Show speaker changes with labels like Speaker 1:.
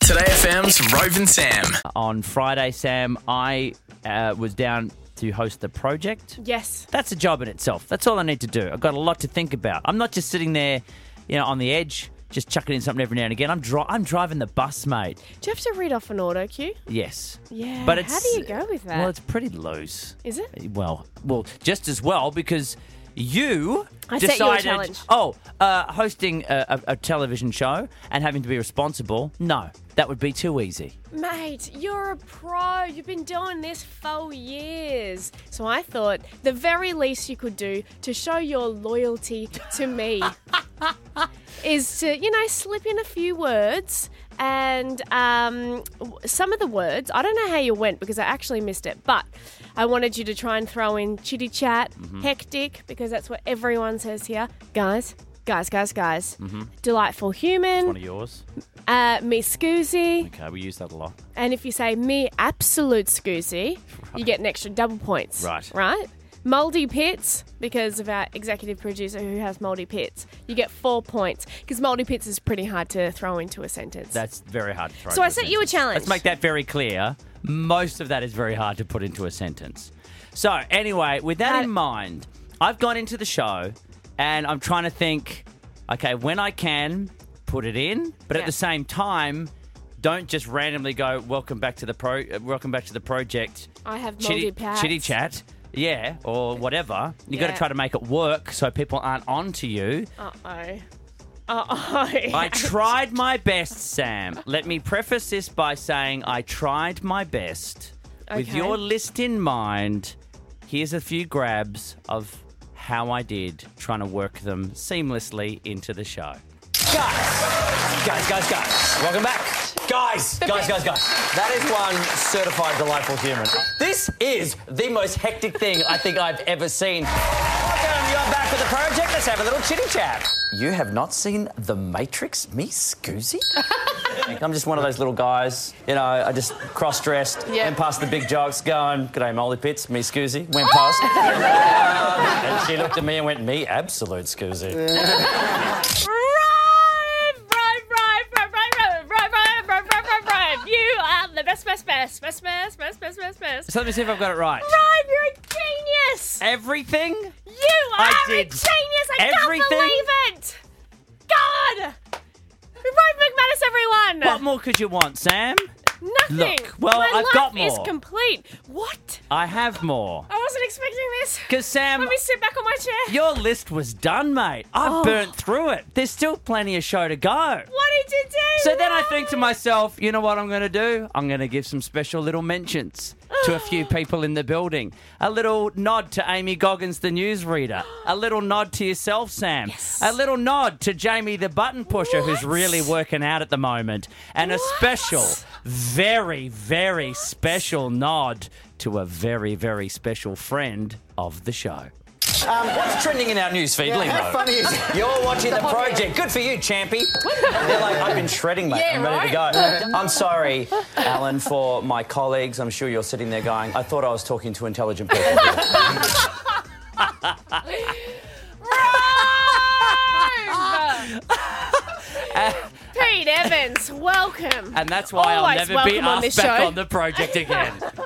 Speaker 1: Today FM's Rove and Sam.
Speaker 2: On Friday, Sam, I uh, was down to host the project.
Speaker 3: Yes.
Speaker 2: That's a job in itself. That's all I need to do. I've got a lot to think about. I'm not just sitting there, you know, on the edge, just chucking in something every now and again. I'm dri- I'm driving the bus, mate.
Speaker 3: Do you have to read off an auto cue?
Speaker 2: Yes.
Speaker 3: Yeah.
Speaker 2: But it's
Speaker 3: how do you go with that?
Speaker 2: Well, it's pretty loose.
Speaker 3: Is it?
Speaker 2: Well, well, just as well because you
Speaker 3: I set you a
Speaker 2: decided.
Speaker 3: challenge.
Speaker 2: Oh, uh, hosting a, a, a television show and having to be responsible. No, that would be too easy.
Speaker 3: Mate, you're a pro. You've been doing this for years. So I thought the very least you could do to show your loyalty to me is to, you know, slip in a few words. And um, w- some of the words, I don't know how you went because I actually missed it, but I wanted you to try and throw in chitty chat, hectic, because that's what everyone says here. Guys, guys, guys, guys. Delightful
Speaker 2: One
Speaker 3: human,
Speaker 2: of yours.
Speaker 3: uh, me scoozy.
Speaker 2: Okay, we use that a lot.
Speaker 3: And if you say me absolute scoozy, you get an extra double points.
Speaker 2: Right.
Speaker 3: Right? Moldy pits, because of our executive producer who has moldy pits, you get four points. Because moldy pits is pretty hard to throw into a sentence.
Speaker 2: That's very hard to throw.
Speaker 3: So I
Speaker 2: into
Speaker 3: set you a
Speaker 2: sentence.
Speaker 3: challenge.
Speaker 2: Let's make that very clear. Most of that is very hard to put into a sentence. So anyway, with that
Speaker 3: Had-
Speaker 2: in mind, I've gone into the show and I'm trying to think. Okay, when I can put it in, but at
Speaker 3: Yeah.
Speaker 2: the same time, don't just randomly go. Welcome back to the pro. uh, Welcome back to the project.
Speaker 3: I have moldy
Speaker 2: Chitty,
Speaker 3: pats.
Speaker 2: chitty chat. Yeah, or whatever. You got to
Speaker 3: Yeah.
Speaker 2: try to make it work so people aren't on to you.
Speaker 3: Uh oh. Uh oh.
Speaker 2: I tried my best, Sam. Let me preface this by saying I tried my best. With
Speaker 3: Okay.
Speaker 2: your list in mind, here's a few grabs of how I did trying to work them seamlessly into the show.
Speaker 4: Guys, guys, guys, guys, welcome back. Guys, guys, guys, guys. That is one certified delightful human. This is the most hectic thing I think I've ever seen. Welcome, you're back with the project. Let's have a little chitty chat. You have not seen The Matrix? Me, Scoozy? I'm just one of those little guys, you know, I just cross dressed,
Speaker 3: Yeah.
Speaker 4: went past the big jokes, going, G'day, Molly Pits, me, Scoozy, went past. Um, and she looked at me and went, Me, absolute Scoozy.
Speaker 3: Rhyme, rhyme, rhyme, rhyme, rhyme, rhyme, rhyme, rhyme, rhyme, rhyme, rhyme, rhyme. You are the best, best, best, best, best, best, best, best, best.
Speaker 2: So let me see if I've got it right.
Speaker 3: Rhyme, you're a genius.
Speaker 2: Everything?
Speaker 3: You are
Speaker 2: I
Speaker 3: a
Speaker 2: did
Speaker 3: genius! I
Speaker 2: everything.
Speaker 3: can't believe it! God! We wrote McManus, everyone!
Speaker 2: What more could you want, Sam?
Speaker 3: Nothing!
Speaker 2: Look, well,
Speaker 3: My
Speaker 2: I've
Speaker 3: life
Speaker 2: got
Speaker 3: is
Speaker 2: more.
Speaker 3: complete. What?
Speaker 2: I have more.
Speaker 3: I wasn't expecting this.
Speaker 2: Because, Sam.
Speaker 3: Let me Oh. sit back on my chair.
Speaker 2: Your list was done, mate. I have burnt through it. There's still plenty of show to go.
Speaker 3: What did you do?
Speaker 2: So then I think to myself, you know what I'm going to do? I'm going to give some special little mentions to a few people in the building. A little nod to Amy Goggins, the newsreader. A little nod to yourself, Sam. A little nod to Jamie, the button pusher, who's
Speaker 3: What?
Speaker 2: really working out at the moment. And a special, very, very special nod to a very, very special friend of the show.
Speaker 4: Um, what's trending in our newsfeed, Limo?
Speaker 5: How funny is that?
Speaker 4: You're watching the project. Good for you, Champy. They're like, I've been shredding, mate.
Speaker 3: Yeah,
Speaker 4: I'm ready to go. I'm sorry, Alan, for my colleagues. I'm sure you're sitting there going, I thought I was talking to intelligent people.
Speaker 3: Rhyme! Pete Evans, welcome.
Speaker 2: And that's why
Speaker 3: Always
Speaker 2: I'll never be
Speaker 3: welcome on
Speaker 2: asked
Speaker 3: this
Speaker 2: back
Speaker 3: show.
Speaker 2: on the project again.